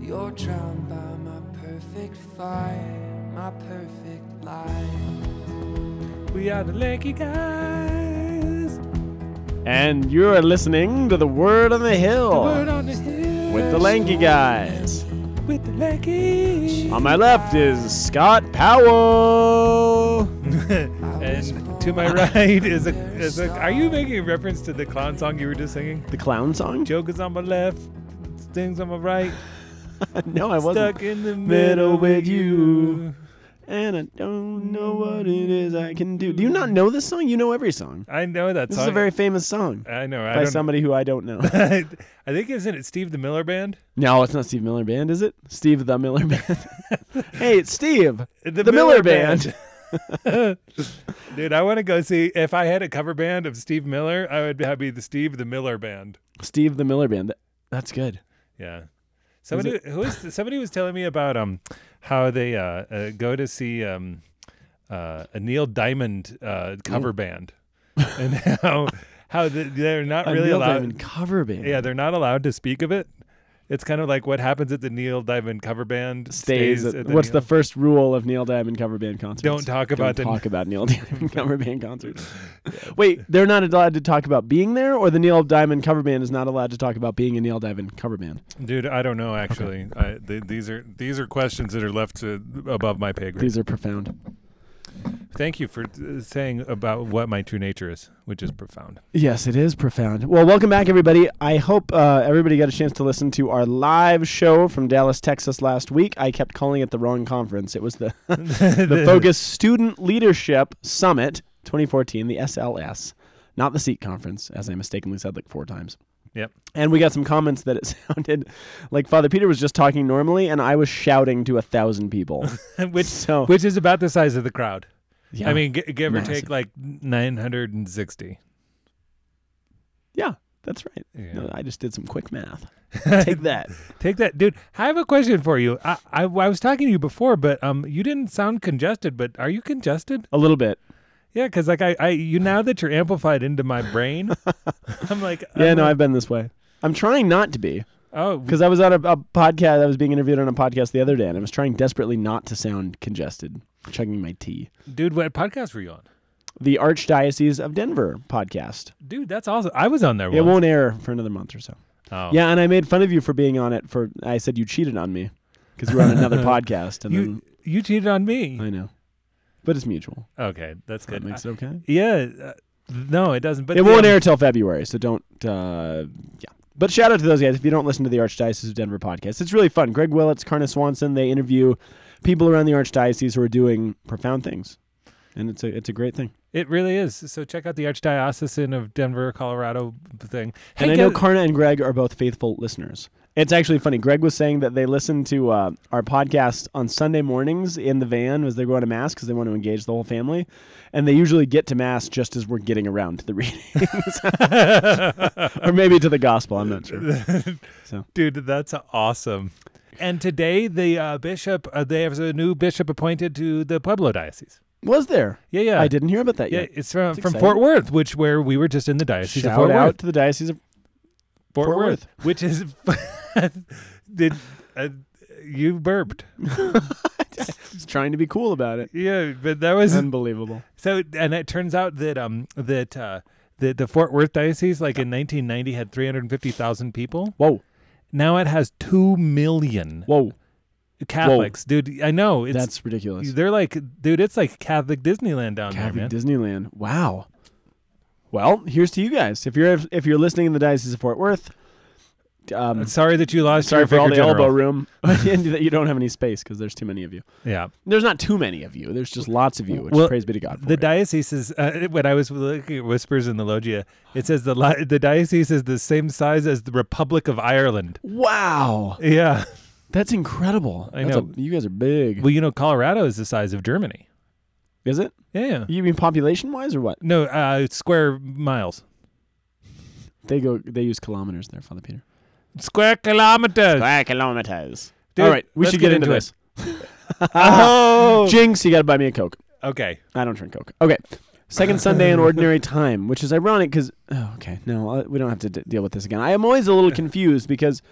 You're drowned by my perfect fire, my perfect lie. We are the lucky guys. And you are listening to the Word on the Hill Word on the hill. with the Lanky Guys. With the lucky. On my left is Scott Powell. And to my right is a, is a. Are you making a reference to the clown song you were just singing? The clown song? Joke is on my left, stings on my right. no, I wasn't. Stuck in the middle with you. And I don't know what it is I can do. Do you not know this song? You know every song. I know that This song. is a very famous song I know. I by don't. somebody who I don't know. I think isn't it Steve the Miller Band? no, it's not Steve Miller Band, is it? Steve the Miller Band. hey, it's Steve. The, The Miller Band. Dude, I want to go see. If I had a cover band of Steve Miller, I would I'd be the Steve the Miller Band. Steve the Miller Band. Th- That's good. Yeah. Somebody who is somebody was telling me about um how they uh, uh go to see um uh a Neil Diamond uh cover band and how how the, they're not A really Neil allowed Diamond cover band. yeah they're not allowed to speak of it. It's kind of like what happens at the Neil Diamond cover band stays. at- what's Neil- the first rule of Neil Diamond cover band concerts? Don't talk about the- Don't talk about Neil Diamond cover band concerts. Wait, they're not allowed to talk about being there, or the Neil Diamond cover band is not allowed to talk about being a Neil Diamond cover band. dude? I don't know actually. I, th- these are these are questions that are left to above my pay grade. These are profound. Thank you for uh, saying about what my true nature is, which is profound. Yes, it is profound. Well, welcome back, everybody. I hope uh, everybody got a chance to listen to our live show from Dallas, Texas last week. I kept calling it the wrong conference. It was the the Focus Student Leadership Summit 2014, the SLS, not the SEAT conference, as I mistakenly said like four times. Yep. And we got some comments that it sounded like Father Peter was just talking normally, and I was shouting to a thousand people. which So- which is about the size of the crowd. Yeah. I mean, g- give or massive. take like 960. yeah, that's right. Yeah. No, I just did some quick math. Take that. Take that, dude. I have a question for you. I, I I was talking to you before, but um, you didn't sound congested. But are you congested? A little bit. Yeah, because like I, I you now that you're amplified into my brain, I'm like Yeah, I'm no, like, I've been this way. I'm trying not to be oh because I was on a, a podcast. I was being interviewed on a podcast the other day, and I was trying desperately not to sound congested, chugging my tea. dude, what podcast were you on? The Archdiocese of Denver podcast. Dude, that's awesome. I was on there. It once. won't air for another month or so. Oh. Yeah, and I made fun of you for being on it. For I said you cheated on me because you were on another podcast, and you you cheated on me. then I know, but it's mutual. Okay, that's good. That makes it okay. I- yeah, uh, no, it doesn't. But it won't yeah, air till February, so don't. Uh, yeah. But shout out to those guys. If you don't listen to the Archdiocese of Denver podcast, it's really fun. Greg Willits, Karna Swanson, they interview people around the Archdiocese who are doing profound things, and it's a it's a great thing. It really is. So check out the Archdiocesan of Denver, Colorado thing. And Hey, I know guys- Karna and Greg are both faithful listeners. It's actually funny. Greg was saying that they listen to uh, our podcast on Sunday mornings in the van as they're going to mass because they want to engage the whole family, and they usually get to mass just as we're getting around to the readings, or maybe to the gospel. I'm not sure. Dude, that's awesome. And today, the uh, bishop, uh, they have a new bishop appointed to the Pueblo Diocese. Was there? Yeah, yeah. I didn't hear about that Yeah, yet. it's from, It's from exciting. Fort Worth, which where we were just in the Diocese of Shout Fort out Worth. to the diocese of Fort, Fort Worth, which is, did uh, you burped? It's trying to be cool about it. Yeah, but that was Unbelievable. so. And it turns out that um that uh, the the Fort Worth diocese, like in 1990, had 350,000 people. Whoa, Now it has two million whoa, Catholics, dude. I know it's that's ridiculous. They're like, dude, it's like Catholic Disneyland down there, Catholic man. Disneyland. Wow. Well, here's to you guys. If you're if you're listening in the diocese of Fort Worth, um, I'm sorry that you lost. sorry your for all the Vicar elbow General. room and that you don't have any space because there's too many of you. Yeah, There's not too many of you. There's just lots of you. Which Well, praise be to God. For the it. diocese is. Uh, when I was looking at whispers in the loggia, it says the li- the diocese is the same size as the Republic of Ireland. wow, Yeah. that's incredible. I That's a- know. you guys are big. Well, you know, Colorado is the size of Germany. Is it? Yeah. yeah. You mean population wise or what? No, uh, square miles. They go. They use kilometers there, Father Peter. Square kilometers. kilometers. Dude, All right, we let's should get, get into, into this. Oh. Jinx, you got to buy me a Coke. Okay. I don't drink Coke. Okay. Second Sunday in Ordinary Time, uh, which is ironic because, oh, okay, no, I- we don't have to d- deal with this again. I am always a little confused because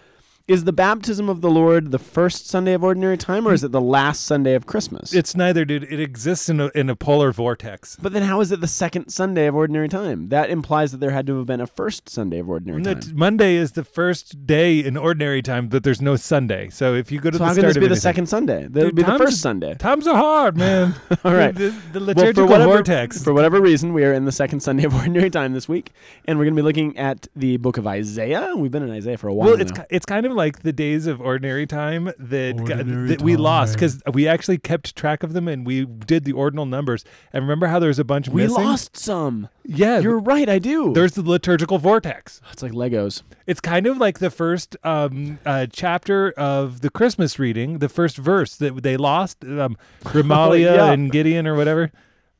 Is the baptism of the Lord the first Sunday of ordinary time, or is it the last Sunday of Christmas? It's neither, dude. It exists in a, in a polar vortex. but then how is it the second Sunday of ordinary time? That implies that there had to have been a first Sunday of ordinary No, time. t- Monday is the first day in ordinary time that there's no Sunday. So if you go to so the how start can this of be the anything- second Sunday? That would Dude, be the times- first Sunday. Times are hard, man. All right. The, the Well, liturgical vortex. For whatever reason, we are in the second Sunday of ordinary time this week, and we're going to be looking at the book of Isaiah. We've been in Isaiah for a while. well, it's now. ki- it's kind of like the days of ordinary time that got- Ordinary that we lost time. because we actually kept track of them and we did the ordinal numbers. And remember how there was a bunch we missing? lost some. Yeah, You're right, I do. there's the liturgical vortex. it's like Legos. It's kind of like the first um, uh, chapter of the Christmas reading, the first verse that they lost, um, Grimalia Oh, yeah. and Gideon or whatever.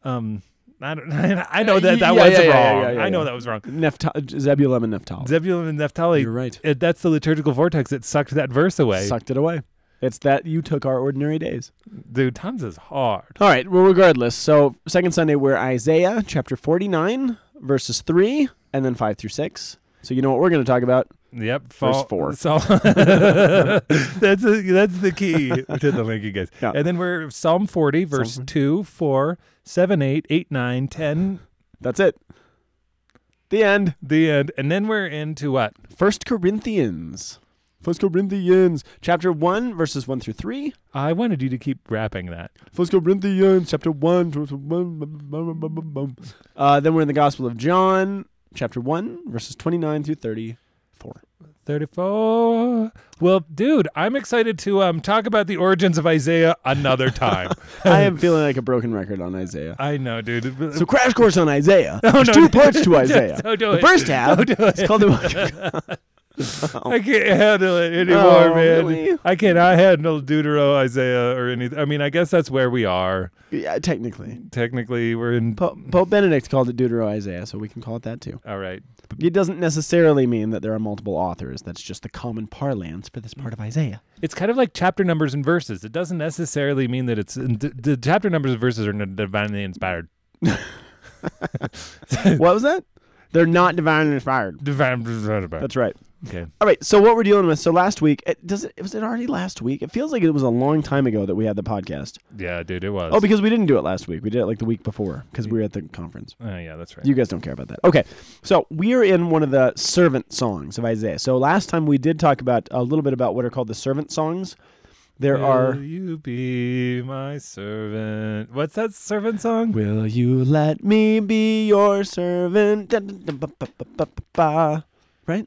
Um, I, don't, I know Yeah, that that yeah, was yeah, wrong. yeah, yeah, yeah, I know yeah. that was wrong. Nephta- Zebulun and Naphtali. Zebulun and Naphtali. You're right. it- that's the liturgical vortex that sucked that verse away. Sucked it away. It's that you took our ordinary days. Dude, Tom's is hard. All right. Well, regardless, so second Sunday we're Isaiah chapter 49 verses 3 and then 5 through 6. So you know what we're going to talk about. Yep. Fall, four. So that's a, that's the key to the link, you guys. Yeah. And then we're Psalm 40, verse Psalm 2, 4, 7, 8, 8, 9, 10, That's it. The end. the end. And then we're into what? First Corinthians. First Corinthians, chapter one, verses one through three. I wanted you to keep rapping that. First Corinthians, chapter one, verse one. bum, bum, bum, bum, bum, bum. Uh, then we're in the Gospel of John, chapter one, verses twenty-nine through thirty-four. 34. Well, dude, I'm excited to um, talk about the origins of Isaiah another time. I am feeling like a broken record on Isaiah. I know, dude. So crash course on Isaiah. There's Oh, no, two no. parts to Isaiah. Don't do the it. first half Don't do it's it. called the I can't handle it anymore, Oh, man. really? I cannot handle Deutero Isaiah or anything. I mean, I guess that's where we are. yeah, technically. Technically, we're in. Pope, Pope Benedict called it Deutero Isaiah, so we can call it that too. All right. It doesn't necessarily mean that there are multiple authors. That's just the common parlance for this part of Isaiah. It's kind of like chapter numbers and verses. It doesn't necessarily mean that it's the, the chapter numbers and verses are not divinely inspired. what was that? They're not divinely inspired. Divine. That's right. Okay. All right. So what we're dealing with. So last week, it, does it was it already last week? It feels like it was a long time ago that we had the podcast. Yeah, dude, it was. Oh, because we didn't do it last week. We did it like the week before because we were at the conference. Oh, yeah, that's right. You guys don't care about that. Okay. So we are in one of the servant songs of Isaiah. So last time we did talk about a little bit about what are called the servant songs. There are. Will you be my servant? What's that servant song? Will you let me be your servant? Dun, dun, dun, ba, ba, ba, ba, ba, ba.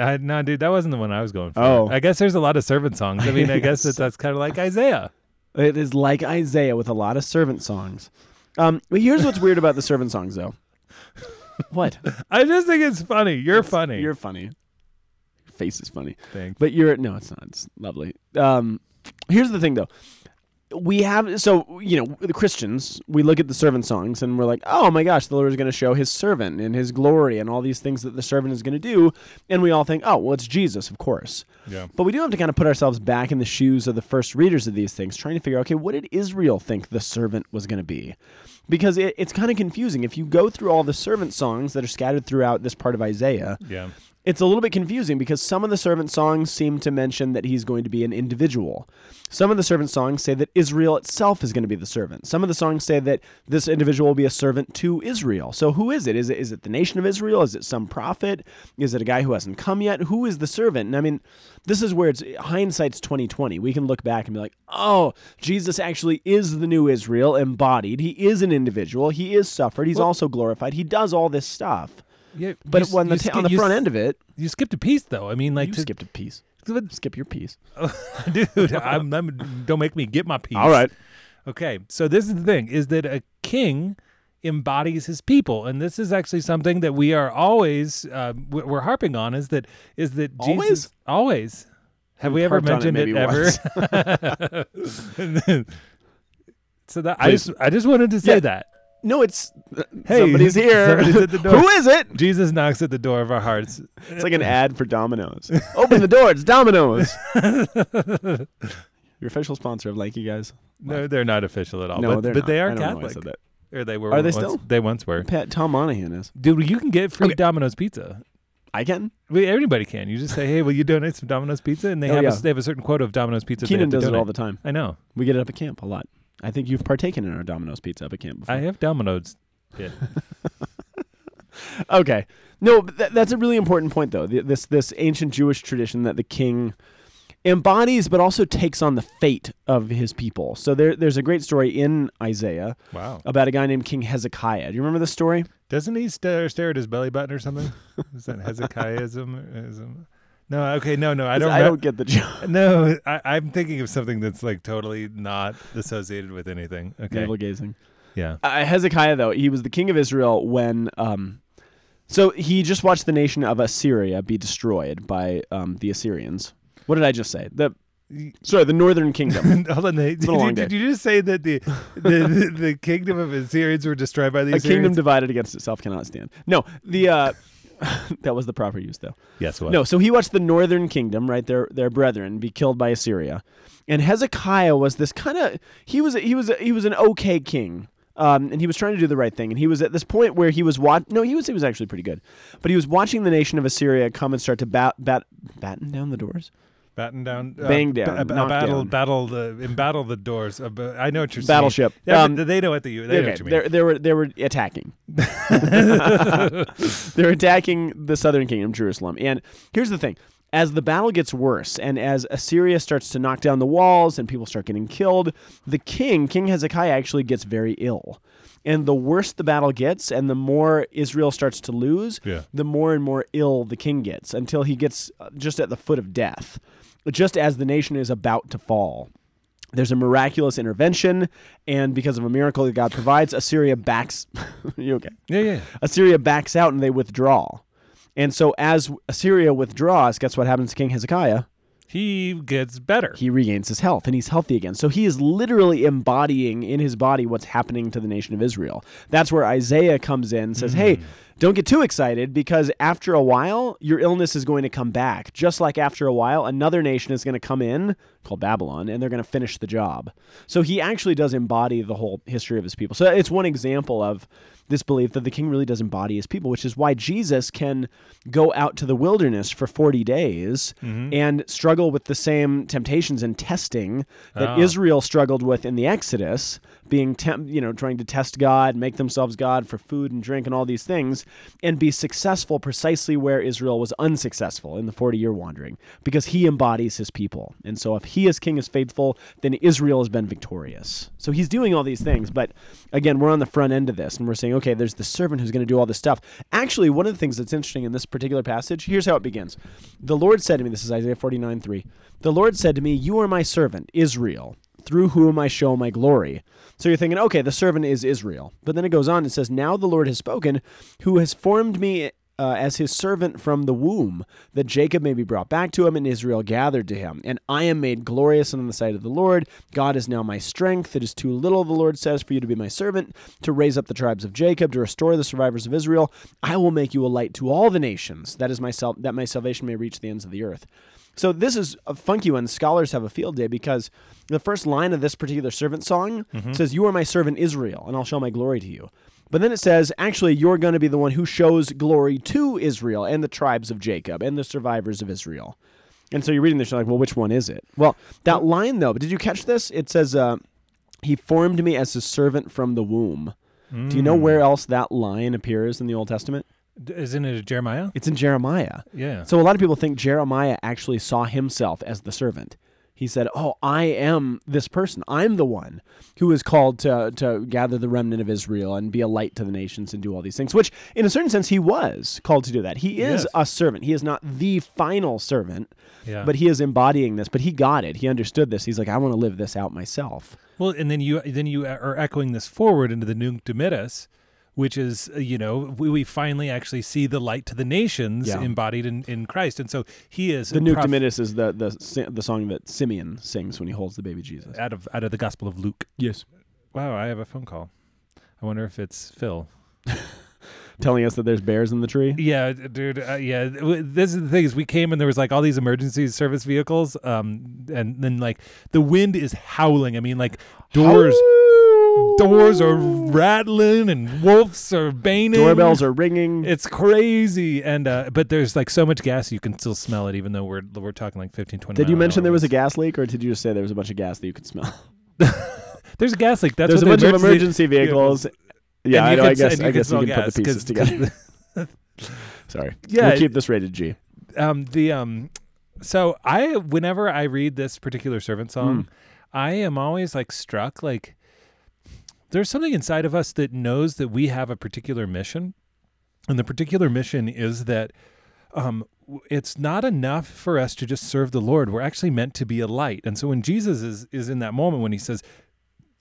I, no, dude, that wasn't the one I was going for. Oh. I guess there's a lot of servant songs. I mean, I guess that Yes. that's kind of like Isaiah. It is like Isaiah with a lot of servant songs. Um, but here's what's weird about the servant songs, though. What? I just think it's funny. You're funny. You're funny. Your face is funny. thing. But you're no, it's not. It's lovely. Um, here's the thing, though. We have so you know the Christians. We look at the servant songs and we're like, oh my gosh, the Lord is going to show His servant and His glory and all these things that the servant is going to do, and we all think, oh well, it's Jesus, of course. Yeah. But we do have to kind of put ourselves back in the shoes of the first readers of these things, trying to figure out, okay, what did Israel think the servant was going to be? Because it, it's kind of confusing. If you go through all the servant songs that are scattered throughout this part of Isaiah, Yeah. it's a little bit confusing because some of the servant songs seem to mention that he's going to be an individual. Some of the servant songs say that Israel itself is going to be the servant. Some of the songs say that this individual will be a servant to Israel. So who is it? Is it is it the nation of Israel? Is it some prophet? Is it a guy who hasn't come yet? Who is the servant? And I mean, this is where it's hindsight's 2020. We can look back and be like, "Oh, Jesus actually is the new Israel embodied. He is an individual. He is suffered. He's also glorified. He does all this stuff." yeah But you s- when the you ta- ski- on the you front s- end of it, You skipped a piece, though. I mean, like, you to- skipped a piece. Skip your piece. dude, I'm, I'm, don't make me get my piece. Okay, so this is the thing: is that a king embodies his people, and this is actually something that we are always uh, we- we're harping on. Is that is that Jesus Always? always? Have we ever harped on it mentioned it, maybe ever? once. And then- so that I Please. just I just wanted to say Yeah. that No, it's Hey, Uh, somebody's here. somebody's at the door. Who is it? Jesus knocks at the door of our hearts. It's like an ad for Domino's. Open the door. It's Domino's. Your official sponsor of Lanky guys. No, they're not official at all. no, Oh, but, they're but not. they are I don't know why I Catholic. said that. Or they were. Are they once- still? They once were. Pat Tom Monahan is. Dude, you can get free Okay. Domino's pizza. I can. Well, everybody can. You just say, "Hey, will you donate some Domino's pizza?" And they Oh, have yeah. a, they have a certain quota of Domino's pizza. they Keenan have to does it all the donate. time. I know. We get it up at camp a lot. I think you've partaken in our Domino's pizza up at camp before. I have Domino's. Yeah. Okay. No, but tha- that's a really important point, though. Th- This this ancient Jewish tradition that the king embodies, but also takes on the fate of his people. So there, there's a great story in Isaiah wow. about a guy named King Hezekiah. Do you remember this story? Doesn't he stare, stare at his belly button or something? Is that Hezekiahism? Ism? No. Okay. No. No. I don't. I re- don't get the joke. No. I, I'm thinking of something that's like totally not associated with anything. Okay. Navel gazing. yeah. Uh, Hezekiah, though, he was the king of Israel when. Um, so he just watched the nation of Assyria be destroyed by um, the Assyrians. What did I just say? The Y- sorry, the northern kingdom. Hold on. Nate. Did, been a long you, did day. you just say that the the, the the kingdom of Assyrians were destroyed by the a Assyrians? kingdom divided against itself cannot stand. No, the uh, that was the proper use though. Yes. What? No, so he watched the northern kingdom, right, their their brethren, be killed by Assyria, and Hezekiah was this kind of he was he was he was an okay king, um, and he was trying to do the right thing, and he was at this point where he was watch no he was he was actually pretty good, but he was watching the nation of Assyria come and start to bat bat batten down the doors, Batten down. uh, Bang down, ba- ba- knock battle. down. Battle the embattle the doors. Uh, ba- I know what you're saying. Battleship. Yeah, Um, but they know what the they know what you mean. they were they were attacking. they're attacking the southern kingdom, Jerusalem. And here's the thing: as the battle gets worse, and as Assyria starts to knock down the walls, and people start getting killed, the king, King Hezekiah, actually gets very ill. And the worse the battle gets, and the more Israel starts to lose, Yeah. the more and more ill the king gets, until he gets uh, just at the foot of death, just as the nation is about to fall. There's a miraculous intervention, and because of a miracle that God provides, Assyria backs. you okay? Yeah, yeah. Assyria backs out and they withdraw. And so, as Assyria withdraws, guess what happens to King Hezekiah? He gets better. He regains his health and he's healthy again. So, he is literally embodying in his body what's happening to the nation of Israel. That's where Isaiah comes in and says, Hey, don't get too excited because after a while, your illness is going to come back. Just like after a while, another nation is going to come in called Babylon and they're going to finish the job. So, he actually does embody the whole history of his people. So, it's one example of this belief that the king really does embody his people, which is why Jesus can go out to the wilderness for 40 days and struggle with the same temptations and testing that Israel struggled with in the Exodus, being temp- you know trying to test God, make themselves God for food and drink and all these things and be successful precisely where Israel was unsuccessful in the 40-year wandering because he embodies his people. And so if he as king is faithful, then Israel has been victorious. So he's doing all these things, but again, we're on the front end of this and we're saying, okay, there's the servant who's going to do all this stuff. Actually, one of the things that's interesting in this particular passage, here's how it begins. The Lord said to me, this is Isaiah 49 3. The Lord said to me, You are my servant, Israel, through whom I show my glory. So you're thinking, okay, the servant is Israel. But then it goes on and says, Now the Lord has spoken, who has formed me uh, as his servant from the womb, that Jacob may be brought back to him and Israel gathered to him. And I am made glorious in the sight of the Lord. God is now my strength. It is too little, the Lord says, for you to be my servant, to raise up the tribes of Jacob, to restore the survivors of Israel. I will make you a light to all the nations, that is my sal- that my salvation may reach the ends of the earth. So this is a funky one. Scholars have a field day because the first line of this particular servant song says, "You are my servant Israel, and I'll show my glory to you." But then it says, actually, you're going to be the one who shows glory to Israel and the tribes of Jacob and the survivors of Israel. And so you're reading this, you're like, well, which one is it? Well, that line, though, did you catch this? It says, uh, he formed me as his servant from the womb. Do you know where else that line appears in the Old Testament? D- Isn't it Jeremiah? It's in Jeremiah. Yeah. So a lot of people think Jeremiah actually saw himself as the servant. He said, "Oh, I am this person. I'm the one who is called to to gather the remnant of Israel and be a light to the nations and do all these things." Which, in a certain sense, he was called to do that. He is Yes. a servant. He is not the final servant, Yeah. but he is embodying this. But he got it. He understood this. He's like, "I want to live this out myself." well, and then you then you are echoing this forward into the Nunc Dimittis, which is uh, you know we, we finally actually see the light to the nations Yeah. embodied in, in Christ, and so he is The Nuke prof- Dimittis is the the si- the song that Simeon sings when he holds the baby Jesus. out of out of the Gospel of Luke. Yes, Wow, I have a phone call. I wonder if it's Phil. telling us that there's bears in the tree. Yeah, d- dude. Uh, yeah, th- w- this is the thing is we came and there was like all these emergency service vehicles, um, and then like the wind is howling. I mean, like doors, doors are rattling and wolves are baying. Doorbells are ringing. It's crazy, and uh, but there's like so much gas you can still smell it, even though we're we're talking like 15, 20 did mile you an mention hour there was a winds. gas leak, or did you just say there was a bunch of gas that you could smell? There's a gas leak. That's There's a what bunch the of emergency vehicles. Yeah, And I, you know, can I s- guess and I you can guess you smell can put gas, the pieces 'cause- together. Sorry. Yeah, We'll it- keep this rated G. um the um so i whenever i read this particular servant Hmm. Mm. song i am always like struck like there's something inside of us that knows that we have a particular mission and the particular mission is that um w- it's not enough for us to just serve the lord we're actually meant to be a light and so when jesus is is in that moment when he says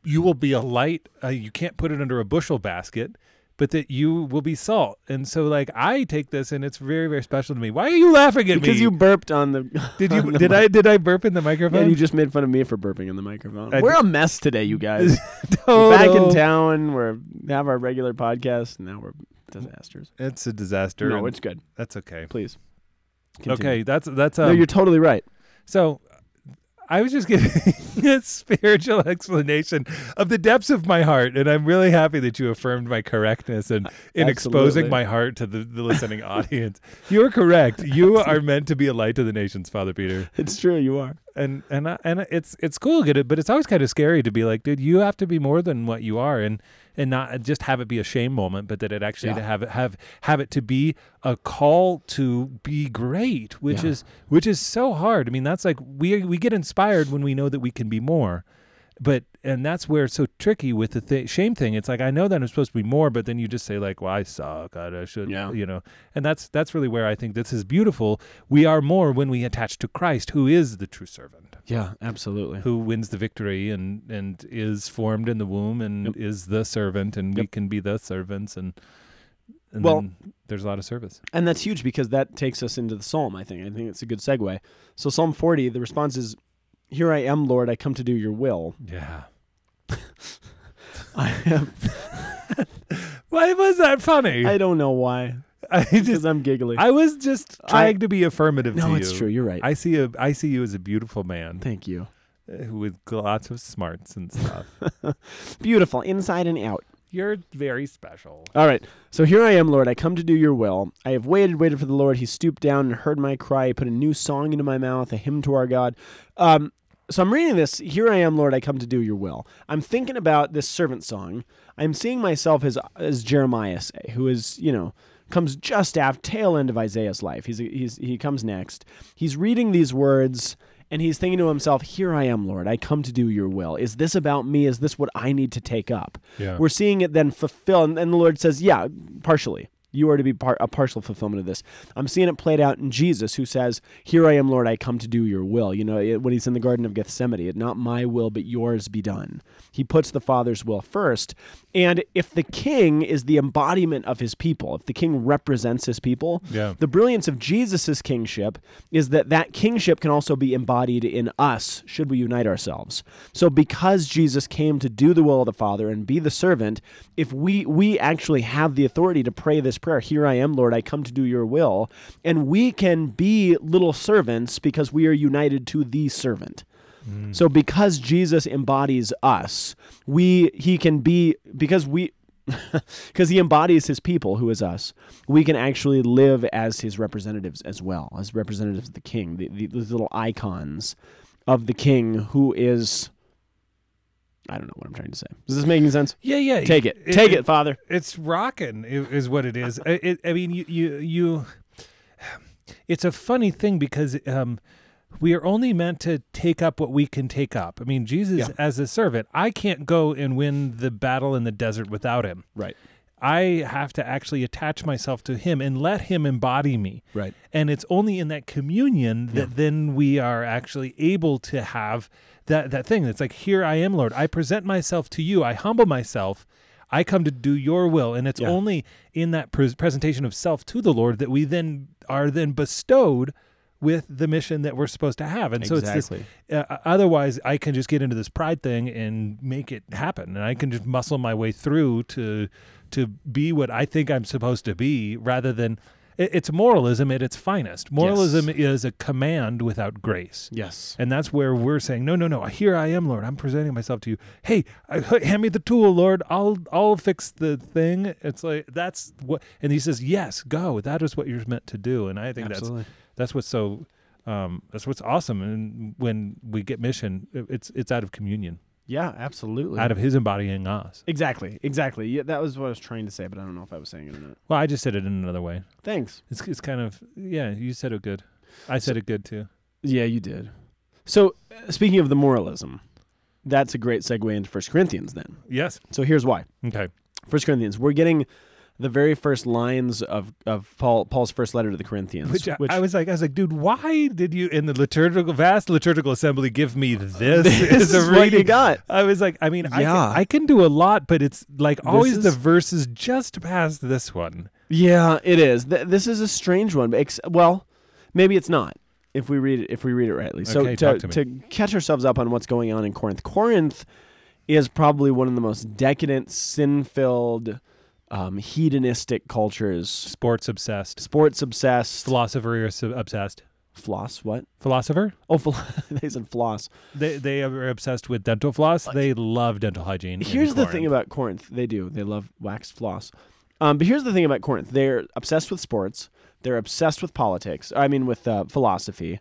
you will be a light uh, you can't put it under a bushel basket but that you will be salt and so like i take this and it's very very special to me why are you laughing at Because me you burped on the. did on you the did mic. I did I burp in the microphone? Yeah, you just made fun of me for burping in the microphone. I we're a mess today, you guys. Total- Back in town, we're have our regular podcast, and now we're disasters. It's a disaster. No, and it's good. that's okay. Please. Continue. Okay, that's that's no, um, you're totally right. so. I was just giving a spiritual explanation of the depths of my heart, and I'm really happy that you affirmed my correctness and in Absolutely. exposing my heart to the, the listening audience. You're correct. You are meant to be a light to the nations, Father Peter, It's true. You are. and and I, and it's it's cool, get it, but it's always kind of scary to be like, dude, you have to be more than what you are, and and not just have it be a shame moment, but that it actually Yeah. to have it have have it to be a call to be great, which Yeah. is which is so hard. I mean, that's like we we get inspired when we know that we can be more, but and that's where it's so tricky with the th- shame thing. It's like I know that I'm supposed to be more, but then you just say like, "Well, I suck. I, I should," Yeah. you know. And that's that's really where I think this is beautiful. We are more when we attach to Christ, who is the true servant Yeah, absolutely. who wins the victory and and is formed in the womb and Yep. is the servant and we Yep. can be the servants and, and Well- then there's a lot of service And that's huge because that takes us into the psalm, I think. I think it's a good segue. So, Psalm 40, the response is, Here I am, Lord, I come to do your will. yeah I, am, why was that funny I i, don't know why, just because I'm giggly. i was just I- trying to be affirmative to no, it's you. true. You're right. i see a i see you as a beautiful man Thank you. uh, who with lots of smarts and stuff Beautiful, inside and out. you're very special All right. So here I am, Lord. I come to do your will. I have waited, waited for the Lord. He stooped down and heard my cry. He put a new song into my mouth, a hymn to our God. Um, so I'm reading this. Here I am, Lord. I come to do your will. I'm thinking about this servant song. I'm seeing myself as as Jeremiah, say, who is you know comes just after tail end of Isaiah's life. He's he's he comes next. He's reading these words. And he's thinking to himself, Here I am, Lord. I come to do your will. Is this about me? Is this what I need to take up? yeah we're seeing it then fulfill and, and the lord says yeah partially you are to be part, a partial fulfillment of this i'm seeing it played out in jesus who says here i am lord i come to do your will you know it, when he's in the garden of gethsemane it not my will but yours be done he puts the father's will first and if the king is the embodiment of his people if the king represents his people Yeah. the brilliance of jesus' kingship is that that kingship can also be embodied in us should we unite ourselves so because jesus came to do the will of the father and be the servant if we we actually have the authority to pray this prayer here i am lord i come to do your will and we can be little servants because we are united to the servant so because Jesus embodies us, we he can be because we because he embodies his people who is us, we can actually live as his representatives as well, as representatives of the king, the, the, these little icons of the king who is I don't know what I'm trying to say. Is this making sense? yeah yeah Take it. Take it, father. it's rocking i- is what it is I- it, i mean you, you you it's a funny thing because um we are only meant to take up what we can take up i mean jesus Yeah. as a servant i can't go and win the battle in the desert without him Right. i have to actually attach myself to him and let him embody me Right. and it's only in that communion that then we are actually able to have that that thing that's like here i am lord i present myself to you i humble myself i come to do your will and it's Yeah. only in that pres presentation of self to the lord that we then are then bestowed with the mission that we're supposed to have and so it's Exactly. this uh, otherwise i can just get into this pride thing and make it happen and i can just muscle my way through to to be what i think i'm supposed to be rather than it, it's moralism at its finest. Moralism is a command without grace. Yes. And that's where we're saying, no, no, no. Here I am, Lord. I'm presenting myself to you. Hey, I, hand me the tool, Lord. I'll I'll fix the thing. It's like that's what. And He says, yes, go. That is what you're meant to do. And I think Absolutely. that's that's what's so um, that's what's awesome. And when we get mission, it- it's it's out of communion, Yeah, absolutely. out of His embodying us. exactly. Exactly. Yeah, that was what I was trying to say, but I don't know if I was saying it or not. Well, I just said it in another way. Thanks. It's it's kind of yeah. You said it good. I said it good too. Yeah, you did. So, uh, speaking of the moralism, that's a great segue into First Corinthians then. Yes. So, here's why. Okay. First Corinthians, we're getting the very first lines of, of Paul Paul's first letter to the Corinthians, Which, I- I was like, I was like, dude, why did you in the liturgical vast liturgical assembly give me this? this as a is what you reading? got. I was like, I mean, I, can, Yeah. I can do a lot, but it's like always the is- verses just past this one. Yeah, it is. Th- this is a strange one. but Ex- well, maybe it's not. If we read it, if we read it rightly. So Okay, to, talk to me. catch ourselves up on what's going on in Corinth, Corinth is probably one of the most decadent, sin-filled, um, hedonistic cultures. Sports obsessed, Sports obsessed. philosopher is obsessed, floss. What? philosopher. Oh, fl- they said floss. They they are obsessed with dental floss. They love dental hygiene. in Here's the Corinth. thing about Corinth. They do. They love wax floss. Um, but here's the thing about Corinth. They're obsessed with sports. They're obsessed with politics. I mean, with uh, philosophy.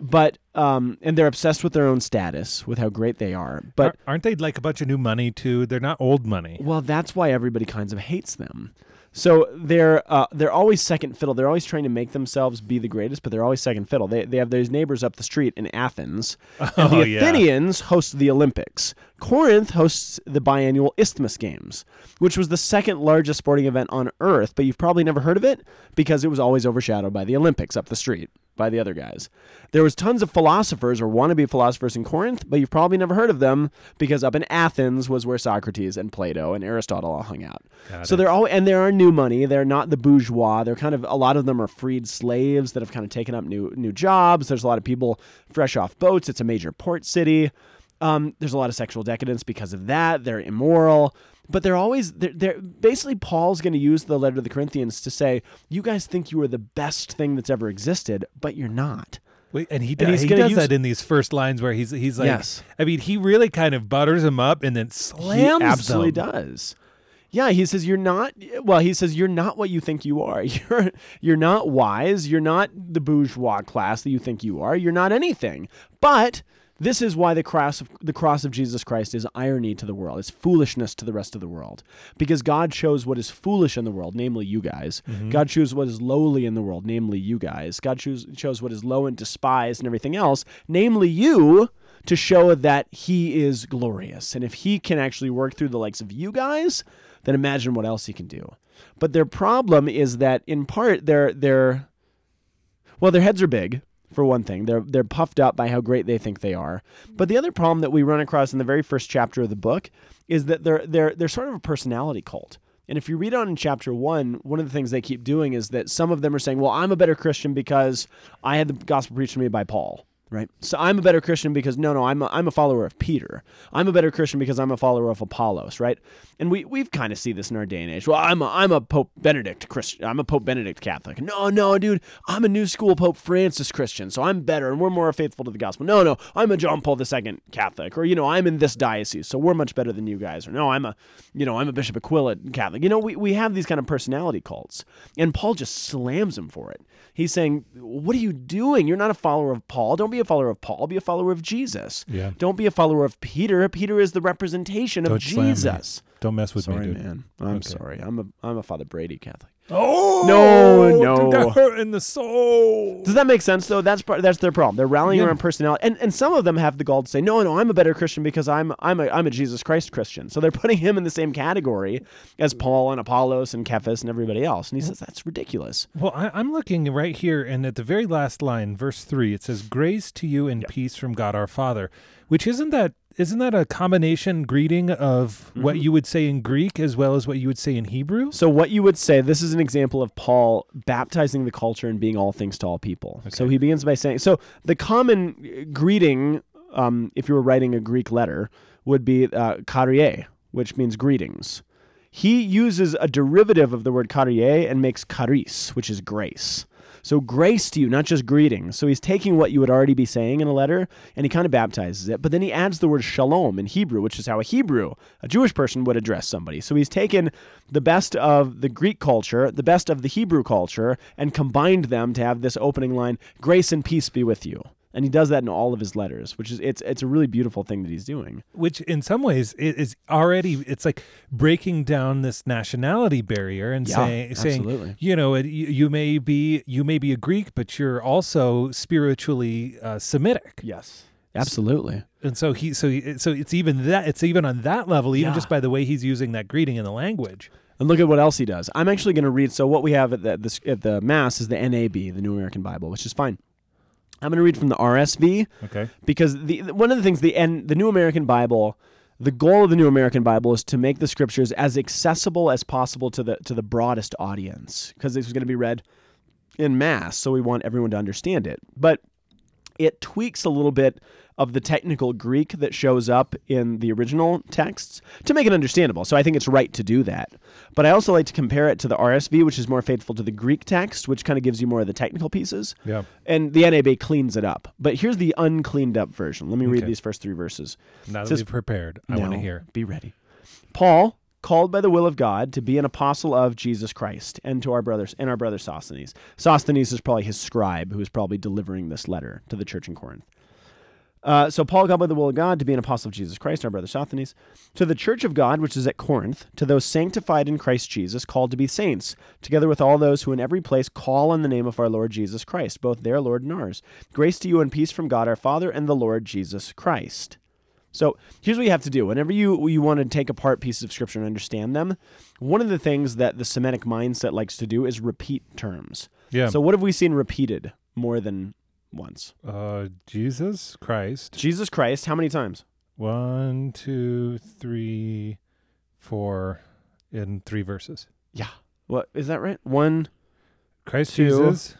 But um, and they're obsessed with their own status, with how great they are. But Ar- aren't they like a bunch of new money too? They're not old money. well, that's why everybody kinds of hates them. So they're uh, they're always second fiddle. They're always trying to make themselves be the greatest, but they're always second fiddle. They they have those neighbors up the street in Athens, and Oh, the yeah. Athenians host the Olympics. Corinth hosts the biannual Isthmus Games, which was the second largest sporting event on Earth, but you've probably never heard of it because it was always overshadowed by the Olympics up the street by the other guys. There was tons of philosophers or wannabe philosophers in Corinth, but you've probably never heard of them because up in Athens was where Socrates and Plato and Aristotle all hung out. so they're all and they are new money. They're not the bourgeois. They're kind of a lot of them are freed slaves that have kind of taken up new new jobs. There's a lot of people fresh off boats. It's a major port city. Um, there's a lot of sexual decadence because of that. They're immoral, but they're always they're, they're basically Paul's going to use the letter to the Corinthians to say, "You guys think you are the best thing that's ever existed, but you're not." Wait, and he, And does, he's he gonna does use- that in these first lines where he's he's like, Yes. I mean, he really kind of butters him up and then slams he absolutely them. does. Yeah, he says you're not. Well, he says you're not what you think you are. You're you're not wise. You're not the bourgeois class that you think you are. You're not anything. But this is why the cross of the cross of Jesus Christ is irony to the world. It's foolishness to the rest of the world because God shows what is foolish in the world, namely you guys. God shows what is lowly in the world, namely you guys. God shows shows what is low and despised and everything else, namely you to show that he is glorious. And if he can actually work through the likes of you guys, then imagine what else he can do. But their problem is that in part their their well, their heads are big, for one thing. They're they're puffed up by how great they think they are. But the other problem that we run across in the very first chapter of the book is that they're they're they're sort of a personality cult. And if you read on in chapter one, one of the things they keep doing is that some of them are saying, Well, I'm a better Christian because I had the gospel preached to me by Paul. Right. So I'm a better Christian because no, no, I'm a, I'm a follower of Peter. I'm a better Christian because I'm a follower of Apollos. Right. And we we've kind of see this in our day and age. Well, I'm a, I'm a Pope Benedict Christian. I'm a Pope Benedict Catholic. No, no, dude, I'm a new school Pope Francis Christian, so I'm better and we're more faithful to the gospel. No, no, I'm a John Paul II Catholic, or you know, I'm in this diocese, so we're much better than you guys. Or no, I'm a you know, I'm a Bishop Aquila Catholic. You know, we we have these kind of personality cults, and Paul just slams him for it. He's saying, "What are you doing? You're not a follower of Paul. Don't be a follower of Paul. Be a follower of Jesus. Yeah. Don't be a follower of Peter. Peter is the representation of Don't slam me. Jesus." Don't mess with me, Sorry, dude. man. I'm sorry. I'm a I'm a Father Brady Catholic. Oh No, dude, no. that hurt in the soul. Does that make sense though? That's part, that's their problem. They're rallying Yeah. around personality, and and some of them have the gall to say, no, no, I'm a better Christian because I'm I'm a I'm a Jesus Christ Christian. So they're putting him in the same category as Paul and Apollos and Cephas and everybody else. And he says that's ridiculous. Well, I, I'm looking right here, and at the very last line, verse three, it says, "Grace to you and peace from God our Father," which isn't that isn't that a combination greeting of what Mm-hmm. you would say in Greek as well as what you would say in Hebrew? So what you would say, this is an example of Paul baptizing the culture and being all things to all people. So he begins by saying, so the common uh, greeting, um, if you were writing a Greek letter, would be uh, "karie," which means greetings. He uses a derivative of the word carrier and makes caris, which is grace. So grace to you, not just greeting. So he's taking what you would already be saying in a letter and he kind of baptizes it. But then he adds the word shalom in Hebrew, which is how a Hebrew, a Jewish person, would address somebody. So he's taken the best of the Greek culture, the best of the Hebrew culture, and combined them to have this opening line, grace and peace be with you. And he does that in all of his letters, which is it's it's a really beautiful thing that he's doing. which in some ways i- is already it's like breaking down this nationality barrier and Yeah, saying absolutely. saying you know it, you, you may be you may be a Greek but you're also spiritually uh, Semitic Yes. Absolutely. and so he so he, so it's even that it's even on that level even Yeah. just by the way he's using that greeting in the language And look at what else he does. I'm actually going to read. So what we have at the, the at the mass is the NAB, the New American Bible, which is fine. I'm going to read from the RSV okay because the one of the things the and the New American Bible, the goal of the New American Bible is to make the scriptures as accessible as possible to the to the broadest audience because this is going to be read in mass, so we want everyone to understand it. But it tweaks a little bit of the technical Greek that shows up in the original texts to make it understandable. So I think it's right to do that. But I also like to compare it to the RSV, which is more faithful to the Greek text, which kind of gives you more of the technical pieces. Yeah. And the NAB cleans it up. But here's the uncleaned up version. Let me read Okay. these first three verses. now It that says- we've prepared I want to now, hear Be ready. Paul, called by the will of God to be an apostle of Jesus Christ, and to our brothers and our brother Sosthenes. Sosthenes is probably his scribe, who is probably delivering this letter to the church in Corinth. Uh, so Paul, called by the will of God, to be an apostle of Jesus Christ, our brother Sosthenes, to the church of God which is at Corinth, to those sanctified in Christ Jesus, called to be saints, together with all those who in every place call on the name of our Lord Jesus Christ, both their Lord and ours. Grace to you and peace from God our Father and the Lord Jesus Christ. So here's what you have to do. Whenever you you want to take apart pieces of scripture and understand them, one of the things that the Semitic mindset likes to do is repeat terms. yeah So what have we seen repeated more than once? uh, Jesus Christ Jesus Christ, how many times? one two three four in three verses Yeah. What is that right? One, Christ Two. Jesus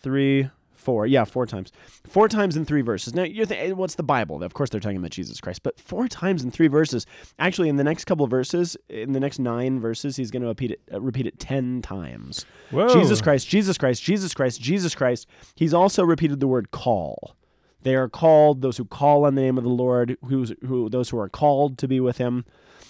three, four. Yeah, four times. Four times in three verses. Now you're thinking, what's the Bible? Of course, they're talking about Jesus Christ, but four times in three verses. Actually, in the next couple of verses, in the next nine verses, he's going to repeat it, uh, repeat it ten times. Whoa. Jesus Christ, Jesus Christ, Jesus Christ, Jesus Christ. He's also repeated the word call. They are called those who call on the name of the Lord, who's, who those who are called to be with him.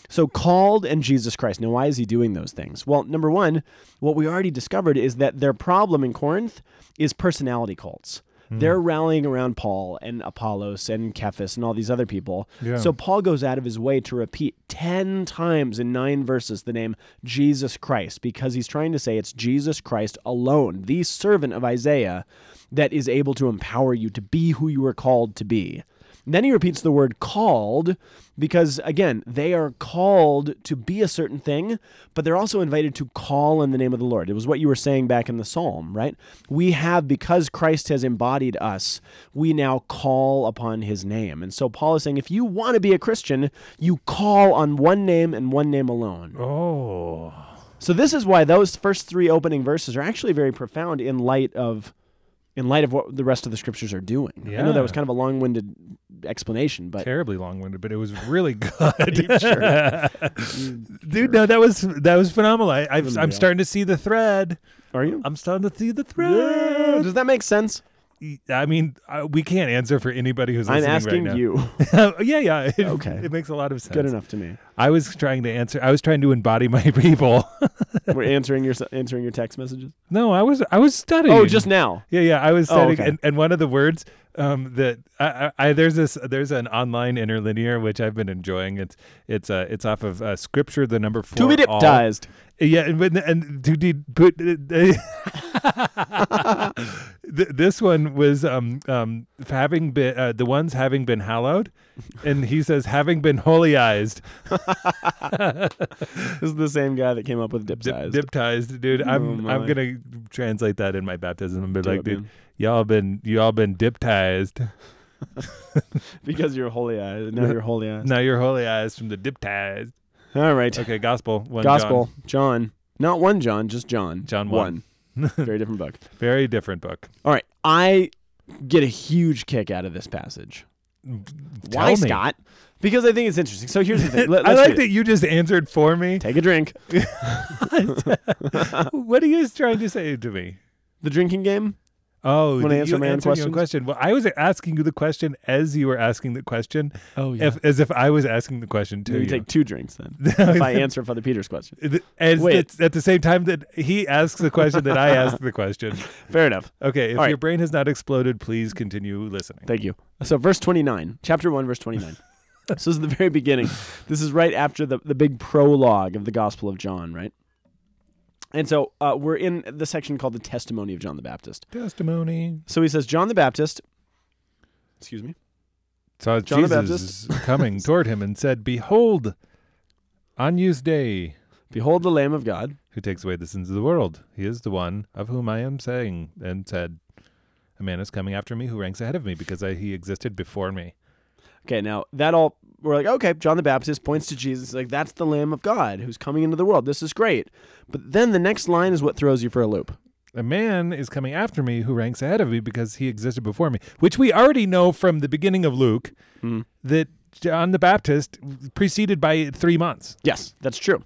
So called and Jesus Christ. Now why is he doing those things? Well, number 1, what we already discovered is that their problem in Corinth is personality cults. Hmm. They're rallying around Paul and Apollos and Cephas and all these other people. Yeah. So Paul goes out of his way to repeat 10 times in 9 verses the name Jesus Christ because he's trying to say it's Jesus Christ alone, the servant of Isaiah, that is able to empower you to be who you were called to be. And then he repeats the word called because, again, they are called to be a certain thing, but they're also invited to call in the name of the Lord. It was what you were saying back in the psalm, right? We have, because Christ has embodied us, we now call upon his name. And so Paul is saying if you want to be a Christian, you call on one name and one name alone. oh So this is why those first three opening verses are actually very profound in light of in light of what the rest of the scriptures are doing. I know that was Yeah. kind of a long-winded explanation, but terribly long-winded, but it was really good. Sure. Dude, no, that was that was phenomenal. I, I've, I'm Phenomenal. starting to see the thread. are you? I'm starting to see the Yeah, thread. Does that make sense? I mean, I, we can't answer for anybody who's I'm listening asking right now. Oh, you. yeah, yeah. It, Okay. It makes a lot of sense. Good enough to me. I was trying to answer. I was trying to embody my people. We're answering your answering your text messages. no, I was I was studying. Oh, just now. Yeah, yeah. I was Oh, studying, okay. and, and one of the words um, that I, I, I there's this there's an online interlinear which I've been enjoying. It's it's uh, it's off of uh, scripture the number four. To be all. diptized. Yeah, and when, and to de- put th- this one was um um having been uh, the ones having been hallowed, and he says having been holyized, This is the same guy that came up with dip- diptized. diptized, dude. I'm Oh, my. I'm gonna translate that in my baptism and be Do like, it, dude, man. y'all been y'all been diptized. because you're holy eyes. Now you're holy eyes. Now you're holyized from the diptized. All right. Okay, gospel one. John. Gospel. John. Not one John, just John. John one. one. Very different book. very different book. All right. I get a huge kick out of this passage. Tell Why me. Scott? Because I think it's interesting. So here's the thing. Let, I let's like read it. that you just answered for me. Take a drink. what are you guys trying to say to me? The drinking game. Oh, Wanna you answer my own answered your questions? question. Well, I was asking you the question as you were asking the question, Oh if, as if I was asking the question to you you. take two drinks then. if I answer Father Peter's question. As Wait. the- at the same time that he asks the question that I ask the question. Fair enough. Okay, if All right. your brain has not exploded, please continue listening. Thank you. So, verse 29, chapter 1, verse 29. so, this is the very beginning. This is right after the, the big prologue of the Gospel of John, right? And so, uh, we're in the section called the testimony of John the Baptist. Testimony. So, he says, John the Baptist, excuse me, saw John the Jesus coming toward him and said, Behold, Agnus Dei, behold the Lamb of God. who takes away the sins of the world. He is the one of whom I am saying, and said, A man is coming after me who ranks ahead of me because I, he existed before me. Okay, now that all, we're like, okay, John the Baptist points to Jesus, like, that's the Lamb of God who's coming into the world. This is great. But then the next line is what throws you for a loop. A man is coming after me who ranks ahead of me because he existed before me, which we already know from the beginning of Luke Mm. that John the Baptist preceded by three months. Yes, that's true.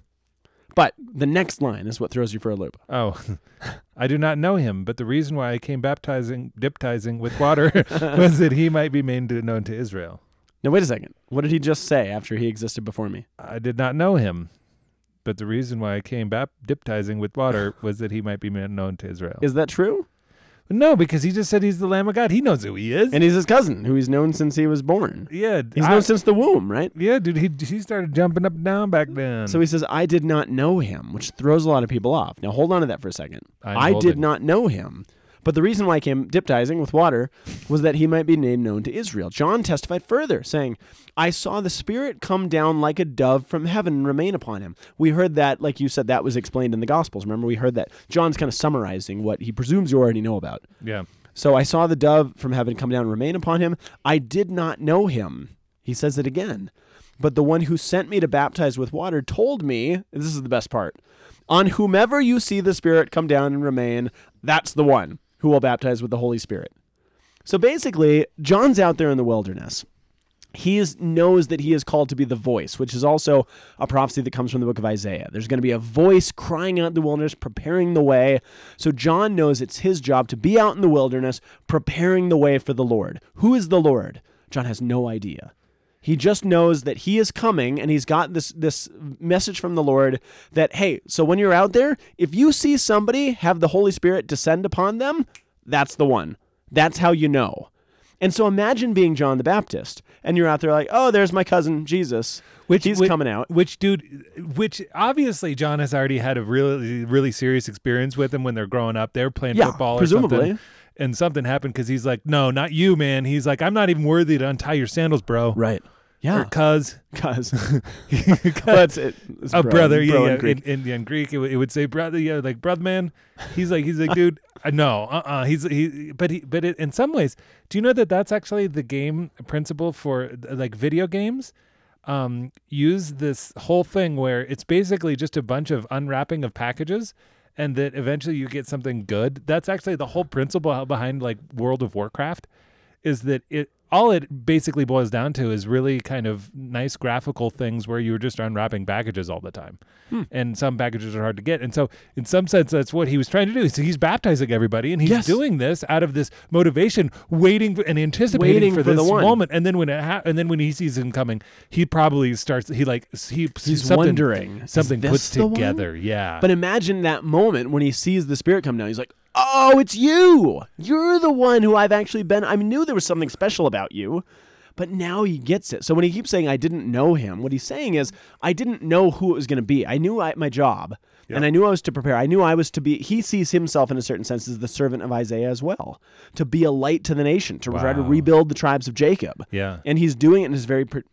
But the next line is what throws you for a loop. Oh, I do not know him, but the reason why I came baptizing, baptizing with water was that he might be made to- known to Israel. Now wait a second. What did he just say after he existed before me? I did not know him, but the reason why I came baptizing with water was that he might be made known to Israel. Is that true? no, because he just said he's the Lamb of God. He knows who he is. And he's his cousin, who he's known since he was born. yeah, He's I- known since the womb, right? yeah, dude. He he started jumping up and down back then. So he says, "I did not know him," which throws a lot of people off. Now hold on to that for a second. I'm I did holding. not know him, but the reason why I came baptizing with water was that he might be made known to Israel. John testified further, saying, "I saw the Spirit come down like a dove from heaven and remain upon him." We heard that, like you said, that was explained in the Gospels. Remember, we heard that John's kind of summarizing what he presumes you already know about. yeah, So I saw the dove from heaven come down and remain upon him. I did not know him. He says it again. But the one who sent me to baptize with water told me, and this is the best part, on whomever you see the Spirit come down and remain, that's the one who will baptize with the Holy Spirit. So basically, John's out there in the wilderness. He is, knows that he is called to be the voice, which is also a prophecy that comes from the book of Isaiah. There's going to be a voice crying out in the wilderness, preparing the way. So John knows it's his job to be out in the wilderness, preparing the way for the Lord. Who is the Lord? John has no idea. He just knows that he is coming and he's got this this message from the Lord that hey, so when you're out there, if you see somebody have the Holy Spirit descend upon them, that's the one. That's how you know. And so imagine being John the Baptist and you're out there like, "Oh, there's my cousin Jesus." which he's which- coming out. Which dude? Which obviously John has already had a really really serious experience with him when they're growing up. They're playing Yeah, football, or presumably. something, and something happened because he's like, "No, not you, man." He's like, "I'm not even worthy to untie your sandals, bro." Right. Or Yeah. cuz. Cuz Cuz. that's it. It's a bro- brother, yeah, bro yeah. in Greek. In, in, in Greek, it, would- it would say brother, yeah, like brother man. He's like, he's like, dude, uh, no, uh, uh he's he, but he, but it, in some ways, do you know that that's actually the game principle for uh, like video games? Um, use this whole thing where it's basically just a bunch of unwrapping of packages, and that eventually you get something good. That's actually the whole principle behind like World of Warcraft, is that it. All it basically boils down to is really kind of nice graphical things where you're just unwrapping packages all the time and some packages are hard to get. And so, in some sense, that's what he was trying to do. So he's baptizing everybody, and he's Yes. doing this out of this motivation, waiting for, and anticipating Waiting for the this one. moment. And then when it ha- and then when he sees him coming, he probably starts. He like s- he He's something, wondering, is something this puts the one? together. Yeah, But imagine that moment when he sees the spirit come down. He's like, "Oh, it's you! You're the one who I've actually been. I knew there was something special about you, but now he gets it." So when he keeps saying, "I didn't know him," what he's saying is, "I didn't know who it was going to be. I knew I, my job, and I knew I was to prepare. I knew I was to be." He sees himself in a certain sense as the servant of Isaiah as well, to be a light to the nation, to try to Wow. rebuild the tribes of Jacob yeah, and he's doing it in his very par-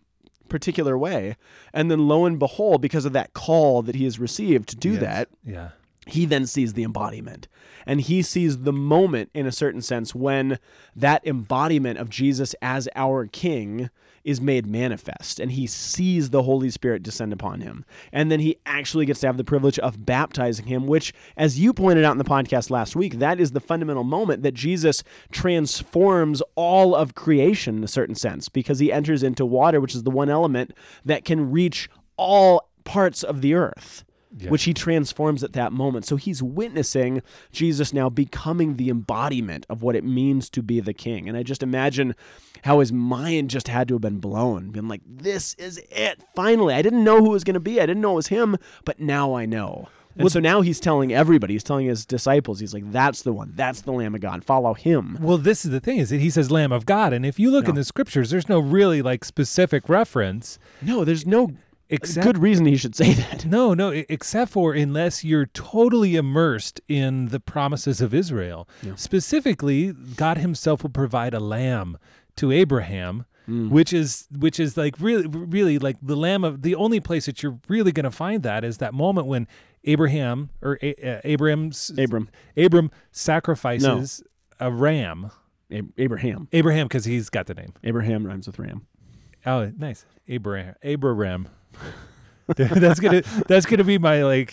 particular way and then lo and behold because of that call that he has received to do Yes. that yeah. he then sees the embodiment and he sees the moment in a certain sense when that embodiment of Jesus as our king is made manifest and he sees the holy spirit descend upon him and then he actually gets to have the privilege of baptizing him which as you pointed out in the podcast last week that is the fundamental moment that Jesus transforms all of creation in a certain sense because he enters into water which is the one element that can reach all parts of the earth Yeah. which he transforms at that moment. So he's witnessing Jesus now becoming the embodiment of what it means to be the king. And I just imagine how his mind just had to have been blown, being like, this is it. Finally, I didn't know who it was going to be. I didn't know it was him, but now I know. And so now he's telling everybody, he's telling his disciples, he's like, that's the one, that's the Lamb of God, follow him. Well, this is the thing is that he says Lamb of God, and if you look in Yeah. the scriptures, there's no really like specific reference. No, there's no Except- good reason he should say that. No, no, e- except for unless you're totally immersed in the promises of Israel. Specifically, God himself will provide a lamb to Abraham, which is which is like really really like the lamb of the only place that you're really going to find that is that moment when Abraham or a- uh, Abram's Abram. Abram sacrifices a ram. Ab- Abraham. Abraham because he's got the name. Abraham rhymes with ram. Oh, nice. Abraham. Abraham. that's gonna that's gonna be my like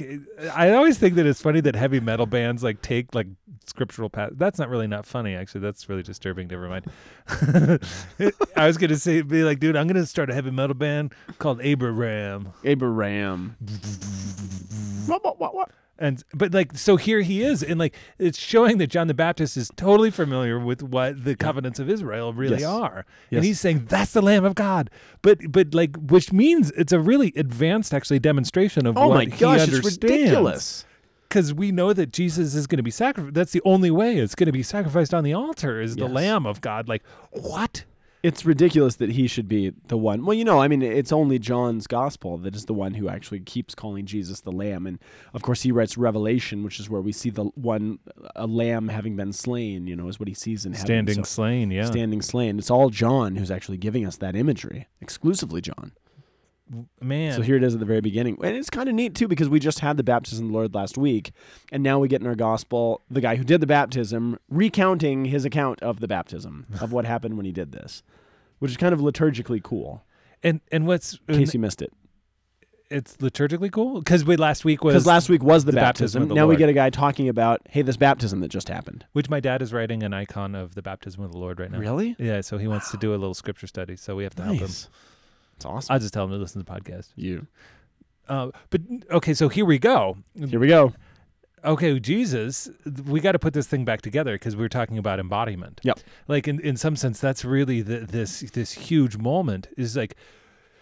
I always think that it's funny that heavy metal bands like take like scriptural path that's not really not funny actually that's really disturbing never mind I was gonna say be like dude I'm gonna start a heavy metal band called Abraham Abraham. what, what, what, what? and but like so here he is and like it's showing that John the Baptist is totally familiar with what the covenants of Israel really Yes. are Yes. and he's saying that's the lamb of God but but like which means it's a really advanced actually demonstration of Oh what my gosh, he it's ridiculous. cuz we know that Jesus is going to be sacrificed that's the only way it's going to be sacrificed on the altar is the Yes. lamb of God like what It's ridiculous that he should be the one. Well, you know, I mean, it's only John's gospel that is the one who actually keeps calling Jesus the Lamb, and of course he writes Revelation, which is where we see the one a lamb having been slain. You know, is what he sees in heaven. standing so, slain yeah standing slain. It's all John who's actually giving us that imagery, exclusively John. man So here it is at the very beginning. And it's kind of neat too because we just had the baptism of the Lord last week and now we get in our gospel the guy who did the baptism recounting his account of the baptism of what happened when he did this, which is kind of liturgically cool. and and what's In case you missed it. it's liturgically cool cuz we last week was Because last week was the, the baptism baptism. of the now we Lord. get a guy talking about, hey, this baptism that just happened. which my dad is writing an icon of the baptism of the Lord right now Really? Yeah, so he wants to do a little scripture study, so we have to help him. Nice. It's awesome. I'll just tell him to listen to the podcast. you. Uh, but okay, so here we go. Here we go. Okay, Jesus, we got to put this thing back together because we are talking about embodiment. Yep. Like in, in some sense, that's really the, this this huge moment is like,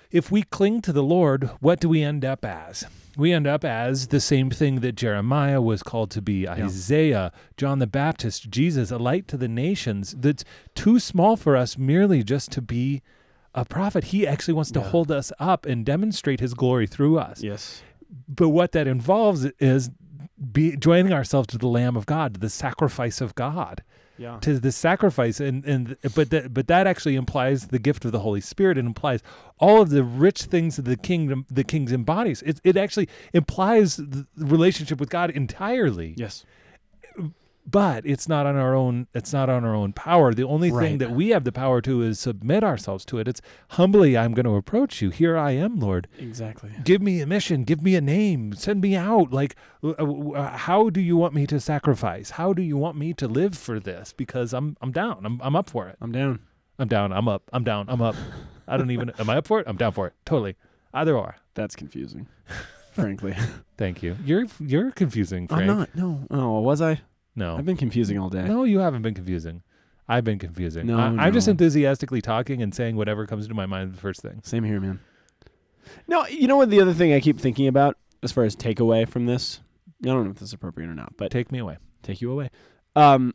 if we cling to the Lord, what do we end up as? We end up as the same thing that Jeremiah was called to be, Isaiah, John the Baptist, Jesus, a light to the nations. That's too small for us merely just to be a prophet. He actually wants to hold us up and demonstrate his glory through us Yes. but what that involves is be, joining ourselves to the Lamb of God, to the sacrifice of God, Yeah. to the sacrifice, and and but that but that actually implies the gift of the Holy Spirit. It implies all of the rich things that the kingdom, the king's embodies. It it actually implies the relationship with God entirely. Yes. But it's not on our own. It's not on our own power. The only thing Right. that we have the power to is submit ourselves to it. It's humbly, I'm going to approach you. Here I am, Lord Exactly. give me a mission give me a name send me out like w- w- uh, how do you want me to sacrifice how do you want me to live for this because i'm i'm down i'm, I'm up for it I'm down. i'm down i'm up i'm down i'm up i don't even am i up for it i'm down for it totally either or That's confusing, frankly. thank you you're you're confusing Frank. I'm not. No. Oh, was I? no I've been confusing all day. no you haven't been confusing i've been confusing No, I, i'm just no. enthusiastically talking and saying whatever comes to my mind the first thing Same here, man. No, you know what? The other thing I keep thinking about as far as takeaway from this, I don't know if this is appropriate or not, but take me away take you away. Um,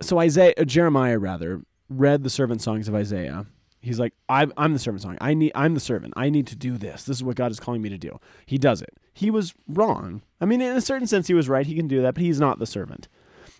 so Isaiah, uh, Jeremiah rather, read the servant songs of Isaiah. He's like, I'm, I'm the servant song. I need, I'm the servant. I need to do this. This is what God is calling me to do. He does it. He was wrong. I mean, in a certain sense, he was right. He can do that, but he's not the servant.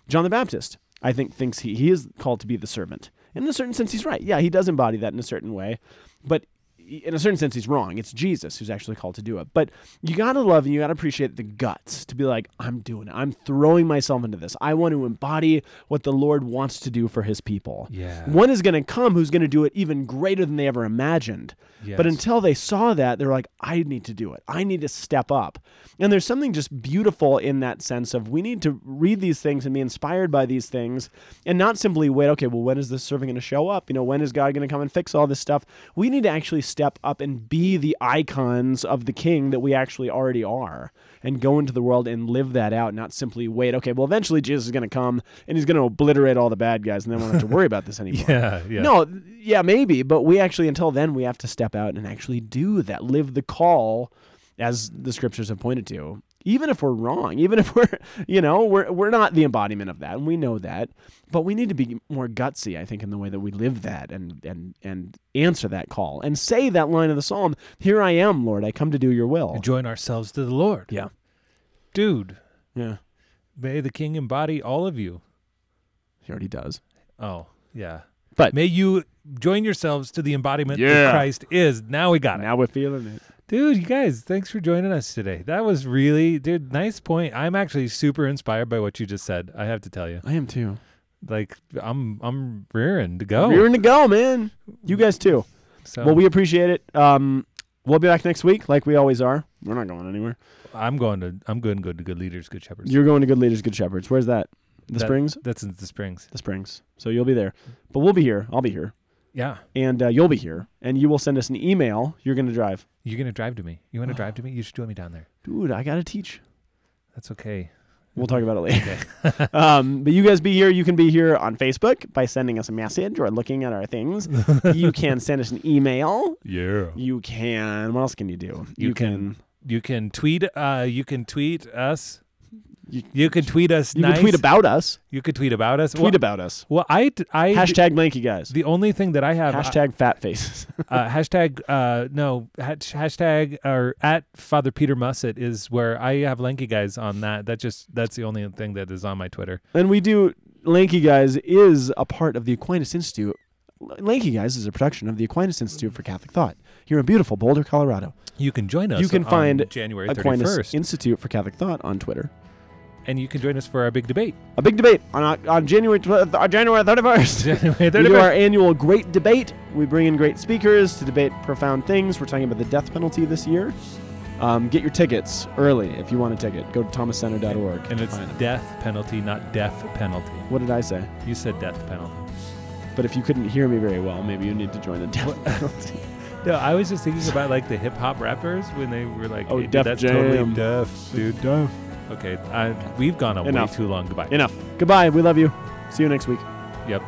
John the Baptist, I think, thinks he, he is called to be the servant. In a certain sense, he's right. Yeah, he does embody that in a certain way, but in a certain sense he's wrong. It's Jesus who's actually called to do it. But you got to love and you got to appreciate the guts to be like I'm doing it. I'm throwing myself into this. I want to embody what the Lord wants to do for his people. Yeah. One is going to come who's going to do it even greater than they ever imagined. But Yes. until they saw that, they're like, I need to do it. I need to step up. And there's something just beautiful in that sense of we need to read these things and be inspired by these things and not simply wait, okay, well, when is this servant going to show up? You know, when is God going to come and fix all this stuff? We need to actually step up and be the icons of the king that we actually already are and go into the world and live that out, not simply wait, okay, well, eventually Jesus is going to come and he's going to obliterate all the bad guys and then we won't have to worry about this anymore. Yeah. Yeah. No, th- yeah, maybe, but we actually until then we have to step out and actually do that, live the call as the scriptures have pointed to. Even if we're wrong, even if we're, you know, we're we're not the embodiment of that, and we know that, but we need to be more gutsy, I think, in the way that we live that and and and answer that call and say that line of the psalm, "Here I am, Lord, I come to do your will." Join ourselves to the Lord. Yeah. Dude, Yeah. may the King embody all of you. He already does. Oh, yeah. But- may you join yourselves to the embodiment Yeah. that Christ is. Now we got it. Now we're feeling it. Dude, you guys, thanks for joining us today. That was really, dude, nice point. I'm actually super inspired by what you just said. I have to tell you. I am too. Like I'm I'm rearing to go. You're in the go, man. You guys too. so Well, we appreciate it. Um, we'll be back next week, like we always are. We're not going anywhere. I'm going to I'm going good to good leaders, good shepherds. You're going to Good Leaders, Good Shepherds. Where's that? The That- Springs? That's in the Springs. The Springs. So you'll be there. But we'll be here. I'll be here. Yeah. And uh, you'll be here. And you will send us an email. You're going to drive. You're gonna drive to me. You wanna drive to me? You should join me down there. Dude, I got to teach. That's okay. We'll talk about it later. um, but you guys be here. You can be here on Facebook by sending us a message or looking at our things. you can send us an email. Yeah. You can. What else can you do? You can- You can tweet uh you can tweet us. You- You, can tweet us You nice. can tweet about us. you could tweet about us. Tweet well, about us. well, I I Hashtag lanky guys. the only thing that I have Hashtag fat faces. uh, hashtag uh, no hash- hashtag or at Father Peter Musset is where I have lanky guys on that. That just that's the only thing that is on my Twitter. and we do Lanky Guys is a part of the Aquinas Institute. L- Lanky Guys is a production of the Aquinas Institute for Catholic Thought here in beautiful Boulder, Colorado. You can join us. You can on find January thirty Aquinas first, Institute for Catholic Thought on Twitter. and you can join us for our big debate. A big debate on Oc- on January tw- uh, on January 31st. January We do our 31st. annual great debate. We bring in great speakers to debate profound things. We're talking about the death penalty this year. Um, get your tickets early if you want a ticket. Go to thomascenter.org. And it's death penalty, not death penalty. what did I say? You said death penalty. But if you couldn't hear me very well, maybe you need to join the death penalty. No, I was just thinking about like the hip hop rappers when they were like, Oh, "Hey, dude, Def that's Jam. totally deaf, dude." Deaf. Okay, I, we've gone on Enough. way too long. Goodbye. Enough. Goodbye. We love you. See you next week. Yep.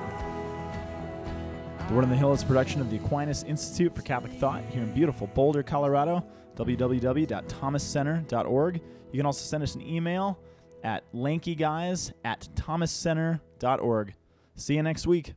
The Word on the Hill is a production of the Aquinas Institute for Catholic Thought here in beautiful Boulder, Colorado. www.thomascenter.org. You can also send us an email at lankyguys at thomascenter.org. See you next week.